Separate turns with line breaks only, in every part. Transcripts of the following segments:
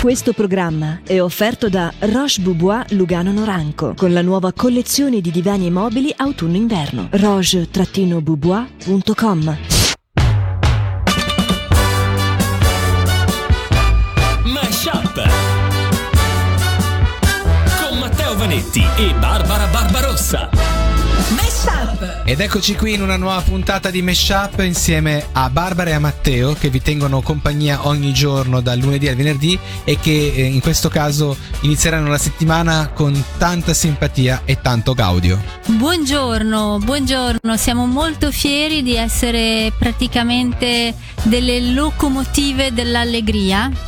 Questo programma è offerto da Roche Boubois Lugano Noranco con la nuova collezione di divani e mobili autunno-inverno. roche-boubois.com
Mashup con Matteo Vanetti e Barbara Barbarossa.
Meshup!
Ed eccoci qui in una nuova puntata di Meshup insieme a Barbara e a Matteo che vi tengono compagnia ogni giorno dal lunedì al venerdì e che eh, in questo caso inizieranno la settimana con tanta simpatia e tanto gaudio.
Buongiorno, buongiorno, siamo molto fieri di essere praticamente delle locomotive dell'allegria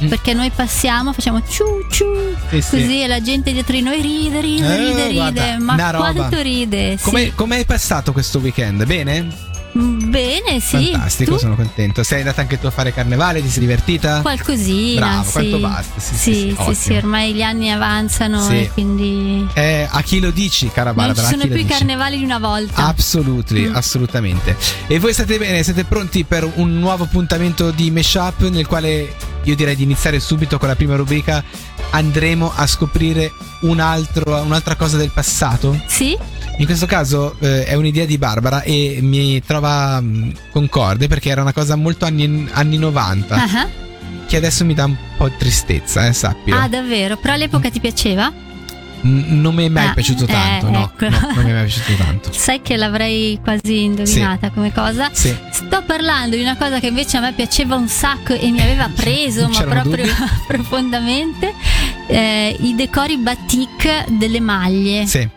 Mm.
perché noi passiamo, facciamo ciu ciu
Sì, sì.
così e la gente dietro di noi ride, ride,
Eh,
ride,
guarda,
ride, ma
una roba.
quanto ride? Sì.
Come, come è passato questo weekend? Bene?
Mm, Bene, sì.
Fantastico,
Tu?
sono contento. Sei andata anche tu a fare carnevale, ti sei divertita?
Qualcosina,
Bravo,
sì.
quanto basta, sì, sì, sì,
sì,
ottimo.
ormai gli anni avanzano
Sì.
e quindi
Eh, a chi lo dici, cara
non
Barbara?
ci
a
sono
chi lo
più i
dici?
carnevali di una volta.
Ah, Absolutely,
Mm.
assolutamente. E voi state bene? Siete pronti per un nuovo appuntamento di Meshup nel quale io direi di iniziare subito con la prima rubrica. Andremo a scoprire un altro- un'altra cosa del passato.
sì?
In questo caso eh, è un'idea di Barbara e mi trova mh, concorde perché era una cosa molto anni, anni 90
Ah,
che adesso mi dà un po' tristezza, eh, sappilo.
ah, davvero? Però all'epoca ti piaceva?
N- non mi è mai
Ah,
piaciuto
eh,
tanto, no,
ecco.
no, non mi è mai piaciuto tanto.
Sai che l'avrei quasi indovinata come cosa?
Sì.
Sto parlando di una cosa che invece a me piaceva un sacco e mi aveva preso,
Non
ma
c'erano
proprio profondamente, eh, i decori batik delle maglie.
Sì,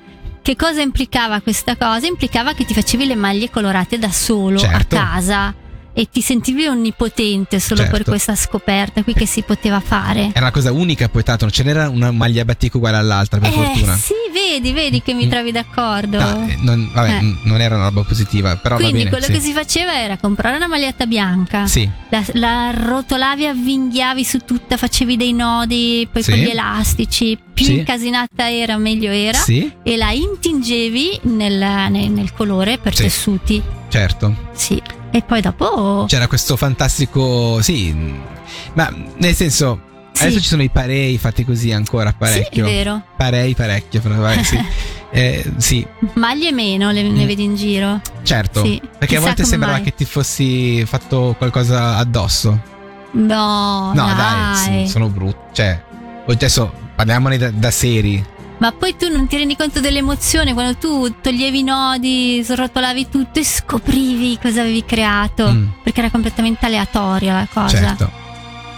Che cosa implicava questa cosa? Implicava che ti facevi le maglie colorate da solo
Certo.
a casa e ti sentivi onnipotente solo per
Certo. Eh,
questa scoperta qui che si poteva fare.
era una cosa unica poi tanto, non ce n'era una maglia batik uguale all'altra per
eh
fortuna.
sì, vedi, vedi che mi
Mm.
trovi d'accordo.
No, eh, non, vabbè,
Eh.
n- non era una roba positiva, però
Quindi
Ah, va bene.
quello
sì.
che si faceva era comprare una maglietta bianca,
Sì,
la, la rotolavi, avvinghiavi su tutta, facevi dei nodi, poi
Sì.
con gli elastici, più
Sì.
incasinata era meglio era,
sì,
e la intingevi nel, nel- nel colore per
Sì.
tessuti,
certo.
sì. E poi dopo...
C'era questo fantastico, sì, ma nel senso
sì.
adesso ci sono i parei fatti così ancora parecchio.
Sì, è vero.
Parei parecchio, però vabbè, sì. Eh, sì,
Maglie meno le, ne
Mm.
vedi in giro.
certo.
Sì,
Perché a
chissà
volte
come
sembrava
mai.
che ti fossi fatto qualcosa addosso.
No,
no,
dai.
dai, sì, sono brutto. Cioè, adesso parliamone da, da seri.
Ma poi tu non ti rendi conto dell'emozione quando tu toglievi i nodi, srotolavi tutto e scoprivi cosa avevi creato.
Mm,
Perché era completamente aleatoria la cosa.
certo.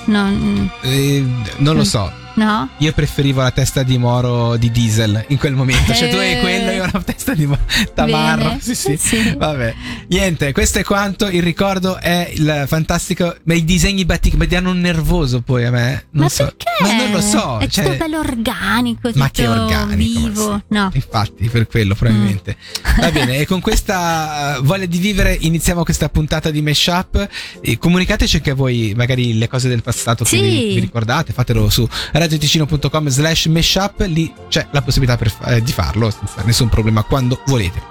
Non-
Eh, non lo
Mm.
so,
no?
Io preferivo la testa di Moro di Diesel in quel momento. Cioè, tu hai
Eh.
quello, io ho la testa di Moro. Tamarro.
Bene. Eh,
Sì, sì. Vabbè, niente, questo è quanto. Il ricordo è il fantastico. Ma i disegni batik mi danno un nervoso poi a me. Non
Ma
so.
perché?
Ma non lo so.
È
cioè,
tutto bello organico,
ma
tutto
che organico, ma
vivo.
sì.
No. Mm.
Infatti, per quello, probabilmente. Va bene, e con questa eh, voglia di vivere iniziamo questa puntata di Meshup. E comunicateci anche voi, magari, le cose del passato che
Sì.
vi, vi ricordate. Fatelo su radioticino.com slash meshup. Lì c'è la possibilità per fa- eh, di farlo senza nessun problema quando volete.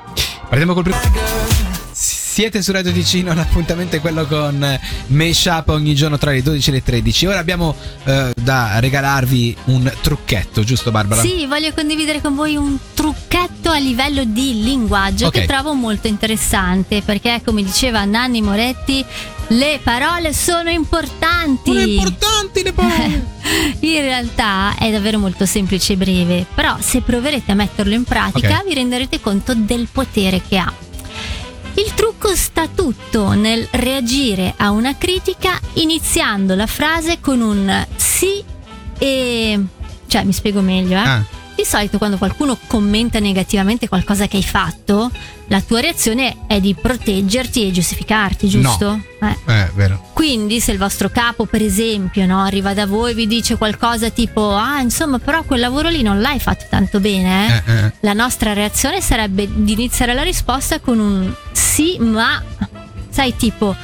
Partiamo col primo. Siete su Radio Ticino, l'appuntamento è quello con eh, Meshup ogni giorno tra le 12 e le 13. Ora abbiamo eh, da regalarvi un trucchetto, giusto Barbara?
Sì, voglio condividere con voi un trucchetto a livello di linguaggio
Ok.
che trovo molto interessante perché, come diceva Nanni Moretti, le parole sono importanti.
Sono importanti le parole.
In realtà è davvero molto semplice e breve, però se proverete a metterlo in pratica
Ok.
vi renderete conto del potere che ha. Il trucco sta tutto nel reagire a una critica iniziando la frase con un sì e... cioè mi spiego meglio, eh?
Ah,
Di solito quando qualcuno commenta negativamente qualcosa che hai fatto, la tua reazione è di proteggerti e giustificarti, giusto? Eh.
eh, vero.
Quindi se il vostro capo, per esempio, no, arriva da voi e vi dice qualcosa tipo ah, insomma, però quel lavoro lì non l'hai fatto tanto bene, eh?"
Eh, eh.
la nostra reazione sarebbe di iniziare la risposta con un sì, ma sai tipo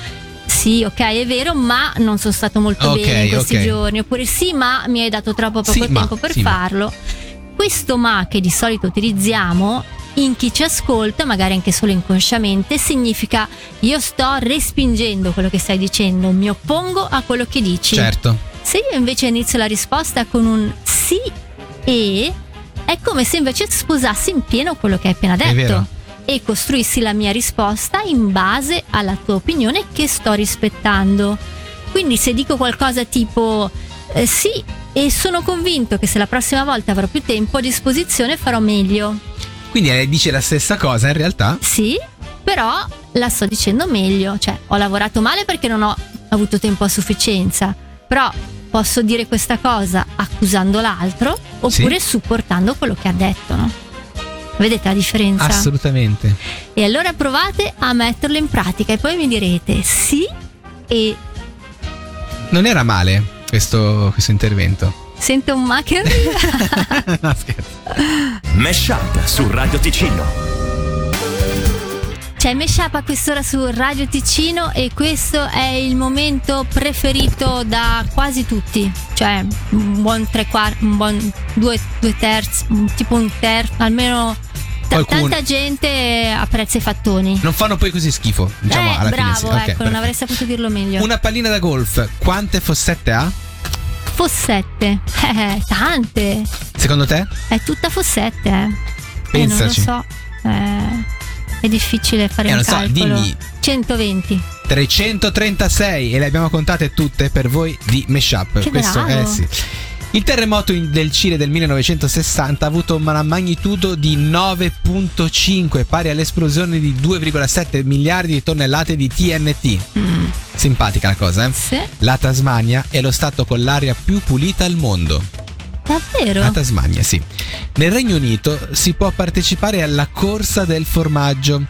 sì, ok, è vero, ma non sono stato molto
Ok,
bene in questi
ok.
giorni, oppure sì, ma mi hai dato troppo poco
Sì, ma,
tempo per
sì, ma.
farlo. Questo ma che di solito utilizziamo in chi ci ascolta, magari anche solo inconsciamente, significa io sto respingendo quello che stai dicendo, mi oppongo a quello che dici.
Certo.
Se io invece inizio la risposta con un sì e, è come se invece sposassi in pieno quello che hai appena
È vero.
detto e costruissi la mia risposta in base alla tua opinione che sto rispettando. Quindi se dico qualcosa tipo eh, sì e sono convinto che se la prossima volta avrò più tempo a disposizione farò meglio.
Quindi eh, dice la stessa cosa in realtà.
Sì, però la sto dicendo meglio, cioè ho lavorato male perché non ho avuto tempo a sufficienza, però posso dire questa cosa accusando l'altro oppure supportando quello che ha detto, no? Vedete la differenza?
Assolutamente.
E allora provate a metterlo in pratica e poi mi direte sì e
Non era male questo, questo intervento.
sento un ma che arriva.
no, scherzo.
Mesh Up su Radio Ticino.
C'è Meshup a quest'ora su Radio Ticino e questo è il momento preferito da quasi tutti, cioè un buon tre quarti, un buon due, due terzi, un- tipo un terzo, almeno t-
Qualcuno.
tanta gente apprezza i fattoni.
Non fanno poi così schifo. Diciamo
eh,
alla
bravo,
fine. sì.
ecco,
Ok,
non
perfetto.
avrei saputo dirlo meglio.
Una pallina da golf, quante fossette ha?
Fossette, eh, tante,
Secondo te?
è tutta fossette. Eh. Eh, non lo
Pensaci.
so, eh, è difficile fare
Eh,
un
non so,
calcolo.
dimmi.
120.
336 e le abbiamo contate tutte per voi di Meshup.
Che
Questo
bravo.
eh sì. Il terremoto in- del Cile del 1960 ha avuto una magnitudo di 9.5, pari all'esplosione di 2,7 miliardi di tonnellate di TNT.
Mm,
Simpatica la cosa, eh?
sì.
La Tasmania è lo stato con l'aria più pulita al mondo.
Davvero?
La Tasmania, sì. Nel Regno Unito si può partecipare alla corsa del formaggio.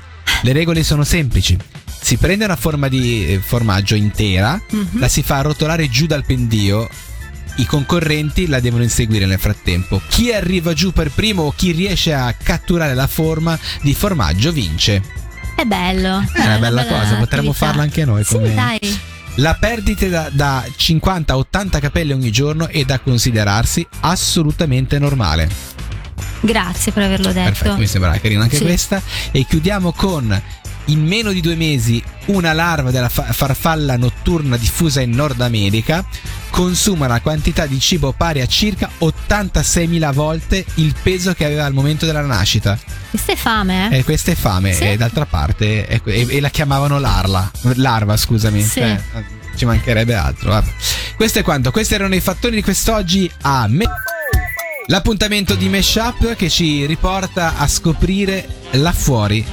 Le regole sono semplici. Si prende una forma di eh, formaggio intera,
Mhm.
la si fa rotolare giù dal pendio. I concorrenti la devono inseguire nel frattempo. Chi arriva giù per primo o chi riesce a catturare la forma di formaggio vince.
È bello.
È una Eh, bella cosa, potremmo farla anche noi
Sì,
come-
dai.
La perdita da, da 50 a 80 capelli ogni giorno è da considerarsi assolutamente normale.
Grazie per averlo detto.
Perfetto, mi sembra carina anche
Sì.
questa. E chiudiamo con in meno di due mesi una larva della fa- farfalla notturna diffusa in Nord America consuma una quantità di cibo pari a circa 86.000 volte il peso che aveva al momento della nascita.
Questa è fame, eh?
E questa è fame,
Sì.
e d'altra parte, è que- e, e la chiamavano larla, larva, scusami.
Sì.
Eh, ci mancherebbe altro. vabbè. Questo è quanto, questi erano i fattori di quest'oggi a me. L'appuntamento di Meshup che ci riporta a scoprire là fuori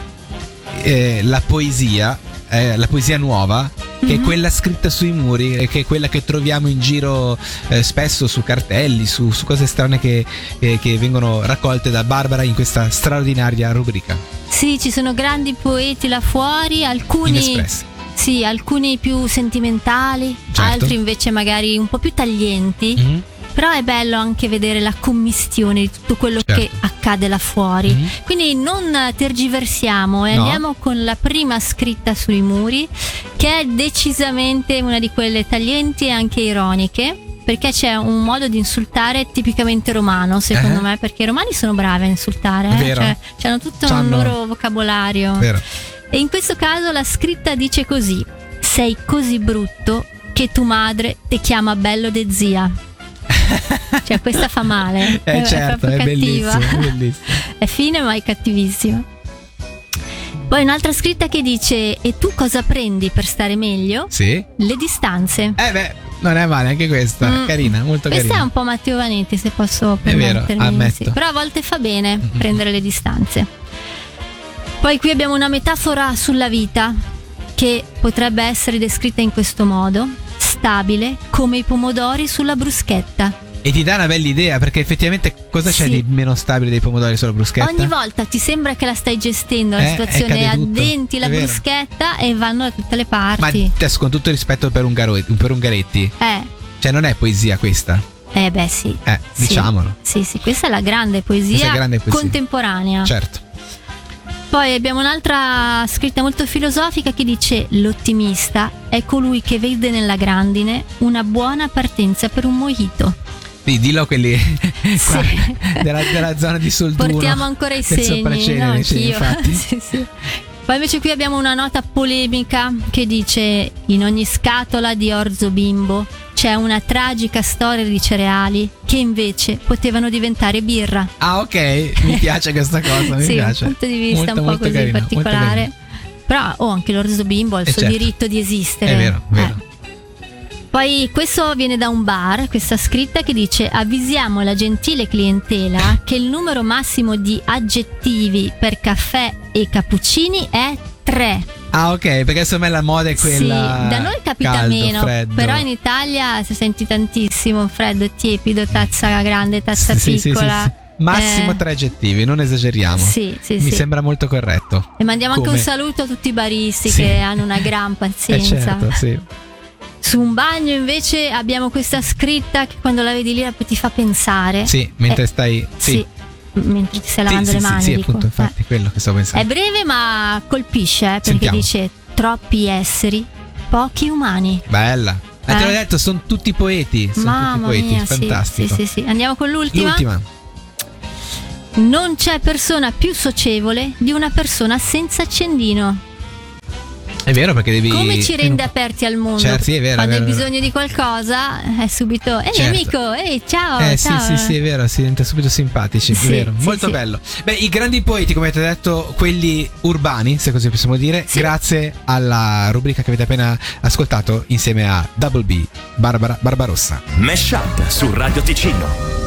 eh, la poesia, eh, la poesia nuova. Che è
Mhm.
quella scritta sui muri, eh, che è quella che troviamo in giro eh, spesso su cartelli, su, su cose strane che, eh, che vengono raccolte da Barbara in questa straordinaria rubrica.
Sì, ci sono grandi poeti là fuori, alcuni
Inespress.
sì, alcuni più sentimentali,
Certo.
altri invece magari un po' più taglienti,
Mhm.
però è bello anche vedere la commistione di tutto quello
Certo.
che accade là fuori.
Mhm.
Quindi non tergiversiamo e
No.
andiamo con la prima scritta sui muri, che è decisamente una di quelle taglienti e anche ironiche, perché c'è un modo di insultare tipicamente romano, secondo
Eh.
me, perché i romani sono bravi a insultare, eh.
Vero.
Cioè, hanno tutto un
Sanno-
loro vocabolario.
Vero.
E in questo caso la scritta dice così: Sei così brutto che tu madre ti chiama bello de zia. Cioè, questa fa male.
Eh, certo, è
proprio
bellissimo,
cattiva.
è bellissimo.
È fine, ma è cattivissima. Poi un'altra scritta che dice: E tu cosa prendi per stare meglio?
Sì. Eh
Le distanze.
beh, non è male anche questa,
Mm.
carina, molto
Questa è
carina.
un po' Matteo Vanetti, se posso
È vero,
permettermi.
ammetto.
sì. Però a volte fa bene prendere le distanze. Poi qui abbiamo una metafora sulla vita che potrebbe essere descritta in questo modo: stabile come i pomodori sulla bruschetta.
E ti dà una bella idea perché effettivamente cosa c'è
Sì.
di meno stabile dei pomodori sulla bruschetta?
Ogni volta ti sembra che la stai gestendo la
Eh, è
situazione,
caduto,
addenti la
è vero.
bruschetta e vanno da tutte le
Ma
parti.
adesso con tutto il rispetto per, Ungaro- per Ungaretti,
Eh,
cioè non è poesia questa,
eh, beh, sì.
eh,
Sì.
diciamolo.
Sì, sì, questa è la grande poesia,
Questa è grande poesia.
contemporanea.
Certo.
Poi abbiamo un'altra scritta molto filosofica che dice l'ottimista è colui che vede nella grandine una buona partenza per un mojito.
Di- dillo a quelli qua,
Sì.
della, della zona di Solduno.
Portiamo ancora i
del
segni, no,
sopracenere, sì,
anch'io.
infatti.
Sì, sì. Poi invece qui abbiamo una nota polemica che dice in ogni scatola di orzo bimbo c'è una tragica storia di cereali che invece potevano diventare birra.
Ah, ok, mi piace questa cosa, mi
sì,
piace.
un punto di vista
Molto,
un po'
molto
così
carino, molto
particolare. Però oh, anche l'orzo bimbo ha il
Eh,
suo
certo.
diritto di esistere.
È vero,
Eh.
vero.
Poi questo viene da un bar, questa scritta che dice avvisiamo la gentile clientela che il numero massimo di aggettivi per caffè e cappuccini è 3.
Ah, ok, perché secondo me la moda è
Sì,
quella
da noi capita
caldo,
meno,
freddo.
però in Italia si senti tantissimo freddo, tiepido, tazza grande, tazza
Sì, sì, sì,
piccola.
sì, sì. Massimo
Eh,
tre aggettivi, non esageriamo.
Sì, sì,
Mi
sì.
sembra molto corretto.
E mandiamo anche
Come?
un saluto a tutti i baristi
Sì.
che hanno una gran
Eh
pazienza.
certo, sì.
Su un bagno invece abbiamo questa scritta che quando la vedi lì la- ti fa pensare.
Sì, mentre
Eh,
stai sì.
Sì, mentre ti stai lavando
sì,
le
sì,
mani.
Sì,
dico.
appunto, infatti, quello che stavo
Eh. È
pensando.
breve ma colpisce eh, perché
Sentiamo.
dice troppi esseri, pochi umani.
Bella. Eh, te l'ho
Eh.
detto, sono tutti poeti. Sono
Mamma
tutti poeti,
mia, sì,
fantastico.
Sì, sì, sì. Andiamo con
L'ultima.
Non c'è persona più socievole di una persona senza accendino.
È vero perché devi.
Come ci rende aperti al mondo?
Certo, sì, è vero,
Quando
è
hai
vero, è
bisogno di qualcosa, è subito. Ehi,
Certo.
Eh, amico, ehi, ciao.
eh
ciao.
sì, sì, sì, è vero, si diventa subito simpatici,
Sì,
è vero,
sì,
molto
sì.
bello. Beh, i grandi poeti, come avete detto, quelli urbani, se così possiamo dire,
Sì.
grazie alla rubrica che avete appena ascoltato insieme a Double B, Barbara Barbarossa.
Mesh Up su Radio Ticino.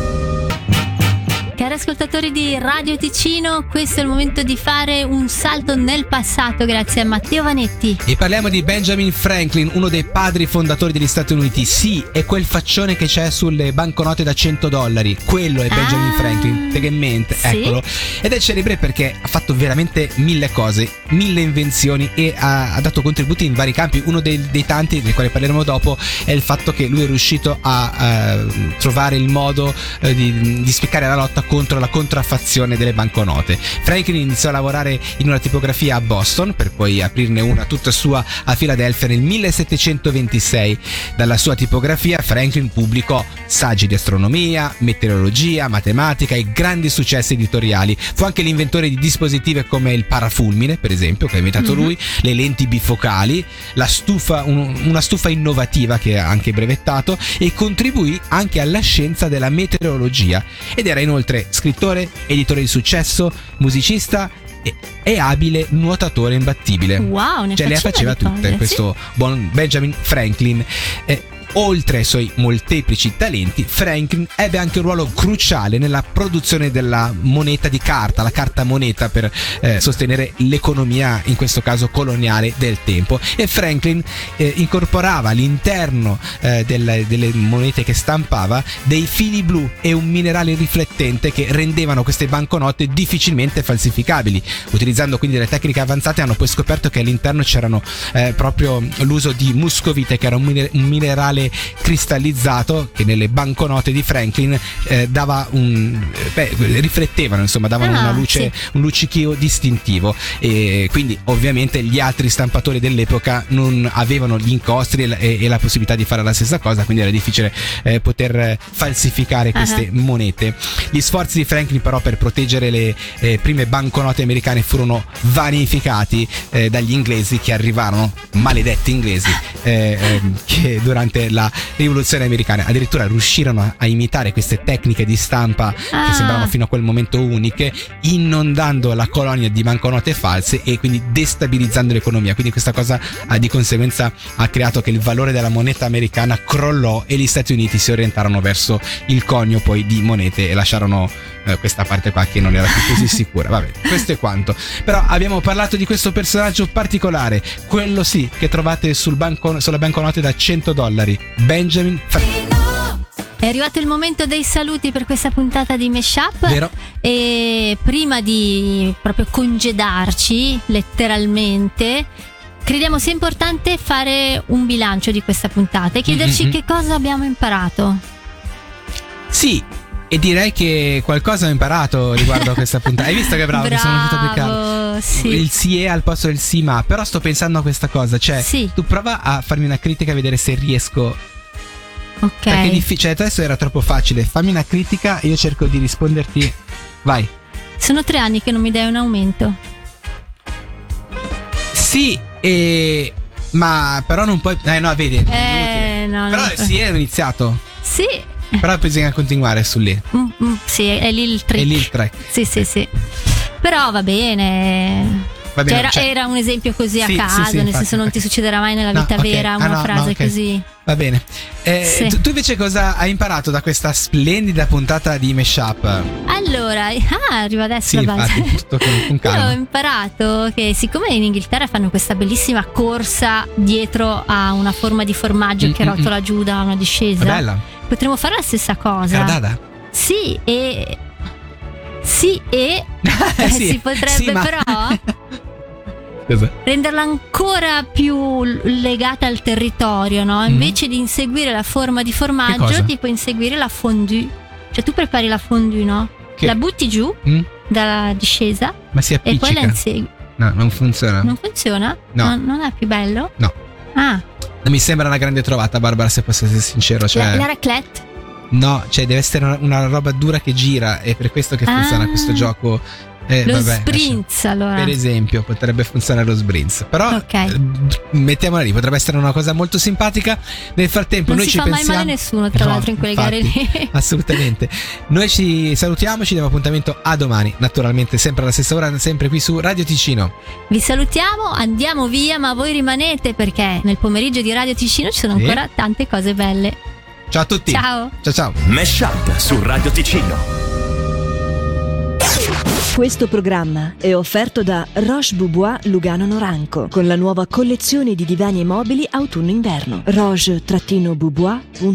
Cari ascoltatori di Radio Ticino, questo è il momento di fare un salto nel passato, grazie a Matteo Vanetti.
E parliamo di Benjamin Franklin, uno dei padri fondatori degli Stati Uniti. Sì, è quel faccione che c'è sulle banconote da 100 dollari. Quello è Benjamin
Ah.
Franklin, te che in mente,
Sì.
eccolo. Ed è celebre perché ha fatto veramente mille cose, mille invenzioni e ha, ha dato contributi in vari campi. Uno dei, dei tanti, del quale parleremo dopo, è il fatto che lui è riuscito a eh, trovare il modo eh, di, di spiccare la lotta contro la contraffazione delle banconote. Franklin iniziò a lavorare in una tipografia a Boston per poi aprirne una tutta sua a Filadelfia nel 1726. Dalla sua tipografia Franklin pubblicò saggi di astronomia, meteorologia, matematica e grandi successi editoriali. Fu anche l'inventore di dispositivi come il parafulmine, per esempio, che ha inventato lui, le lenti bifocali, la stufa- un- una stufa innovativa che ha anche brevettato e contribuì anche alla scienza della meteorologia ed era inoltre scrittore, editore di successo, musicista e, e abile nuotatore imbattibile.
Wow, ne
Cioè le faceva
di cose,
tutte
sì.
questo buon Benjamin Franklin. Eh, Oltre ai suoi molteplici talenti, Franklin ebbe anche un ruolo cruciale nella produzione della moneta di carta, la carta moneta per eh, sostenere l'economia, in questo caso coloniale, del tempo. E Franklin eh, incorporava all'interno eh, delle, delle monete che stampava dei fili blu e un minerale riflettente che rendevano queste banconote difficilmente falsificabili. Utilizzando quindi delle tecniche avanzate hanno poi scoperto che all'interno c'erano eh, proprio l'uso di muscovite che era un, mine- un minerale cristallizzato che nelle banconote di Franklin eh, dava un eh, beh, riflettevano insomma davano
Ah,
una luce un luccichio distintivo e quindi ovviamente gli altri stampatori dell'epoca non avevano gli incontri e, la- e- e la possibilità di fare la stessa cosa quindi era difficile eh, poter eh, falsificare queste monete gli sforzi di Franklin però per proteggere le eh, prime banconote americane furono vanificati eh, dagli inglesi che arrivarono maledetti inglesi eh, ehm, che durante la rivoluzione americana addirittura riuscirono a- a imitare queste tecniche di stampa
Ah,
che sembravano fino a quel momento uniche, inondando la colonia di banconote false e quindi destabilizzando l'economia. Quindi questa cosa ah, di conseguenza ha creato che il valore della moneta americana crollò e gli Stati Uniti si orientarono verso il conio poi di monete e lasciarono eh, questa parte qua che non era più così sicura. Vabbè, questo è quanto. Però abbiamo parlato di questo personaggio particolare, quello sì che trovate sul banco- sulla banconota da 100 dollari, Benjamin Franklin.
È arrivato il momento dei saluti per questa puntata di Meshup.
Vero?
E prima di proprio congedarci, letteralmente, crediamo sia importante fare un bilancio di questa puntata e chiederci
Mm, mm, mm.
che cosa abbiamo imparato.
Sì. E direi che qualcosa ho imparato riguardo a questa puntata. Hai visto che bravo, che sono riuscito a beccare?
Bravo, sì.
Il sì è al posto del sì ma. Però sto pensando a questa cosa. Cioè,
Sì.
tu prova a farmi una critica e vedere se riesco.
ok.
Perché è difficile. Cioè, adesso era troppo facile. Fammi una critica e io cerco di risponderti. Vai.
Sono tre anni che non mi dai un aumento.
Sì, e... ma però non puoi... Eh no, vedi. è
Eh,
inutile.
no,
però
non-
sì, è iniziato.
Sì.
Però bisogna continuare su lì.
Mm, mm, sì, è lì il trick.
È lì il track.
Sì, sì, sì. Però va bene.
Va bene,
Cioè, era,
cioè-
era un esempio così a
Sì, sì,
caso,
sì,
nel
infatti,
senso non
ok.
ti succederà mai nella
No,
vita
ok.
vera
Ah,
una
no,
frase
no, ok.
così.
Va bene. Eh,
Sì.
tu, tu invece cosa hai imparato da questa splendida puntata di Meshup?
Allora, ah, arriva adesso
Sì,
la base.
infatti, tutto con- con calma.
Io ho imparato che siccome in Inghilterra fanno questa bellissima corsa dietro a una forma di formaggio
Mm,
che
mm,
rotola giù da una
È
discesa,
bella.
potremmo fare la stessa cosa.
Cardada.
Sì, e sì, e eh,
Sì,
si potrebbe
sì, ma-
però
Cosa?
renderla ancora più l- legata al territorio, no? Invece di inseguire la forma di
Mm-hmm. Che cosa?
formaggio, ti puoi inseguire la fondue. Cioè tu prepari la fondue, no?
Che-
La butti giù
Mm?
dalla discesa
Ma si
e poi la
appiccica.
insegui.
No, non funziona.
Non funziona?
No.
Non, non è più bello?
No.
Ah,
Mi sembra una grande trovata, Barbara, se posso essere sincero. Cioè...
la, la raclette?
No, cioè deve essere una, una roba dura che gira. È per questo che funziona
Ah.
questo gioco. Eh,
Lo
vabbè, lascia-
sprintz allora.
Per esempio, potrebbe funzionare lo sprintz. Però
Ok.
eh, mettiamola lì, potrebbe essere una cosa molto simpatica. Nel frattempo,
non
noi
si
ci
fa
pensiamo.
mai male nessuno, tra
No,
l'altro, in quelle
infatti.
gare lì.
Assolutamente. Noi ci salutiamo, ci diamo appuntamento a domani. Naturalmente, sempre alla stessa ora, sempre qui su Radio Ticino.
Vi salutiamo, andiamo via, ma voi rimanete perché nel pomeriggio di Radio Ticino ci sono
Sì.
ancora tante cose belle.
Ciao a tutti.
Ciao!
Ciao ciao.
Mesh Up su Radio Ticino.
Questo programma è offerto da Roche Boubois Lugano Noranco con la nuova collezione di divani e mobili autunno-inverno. roche-boubois.it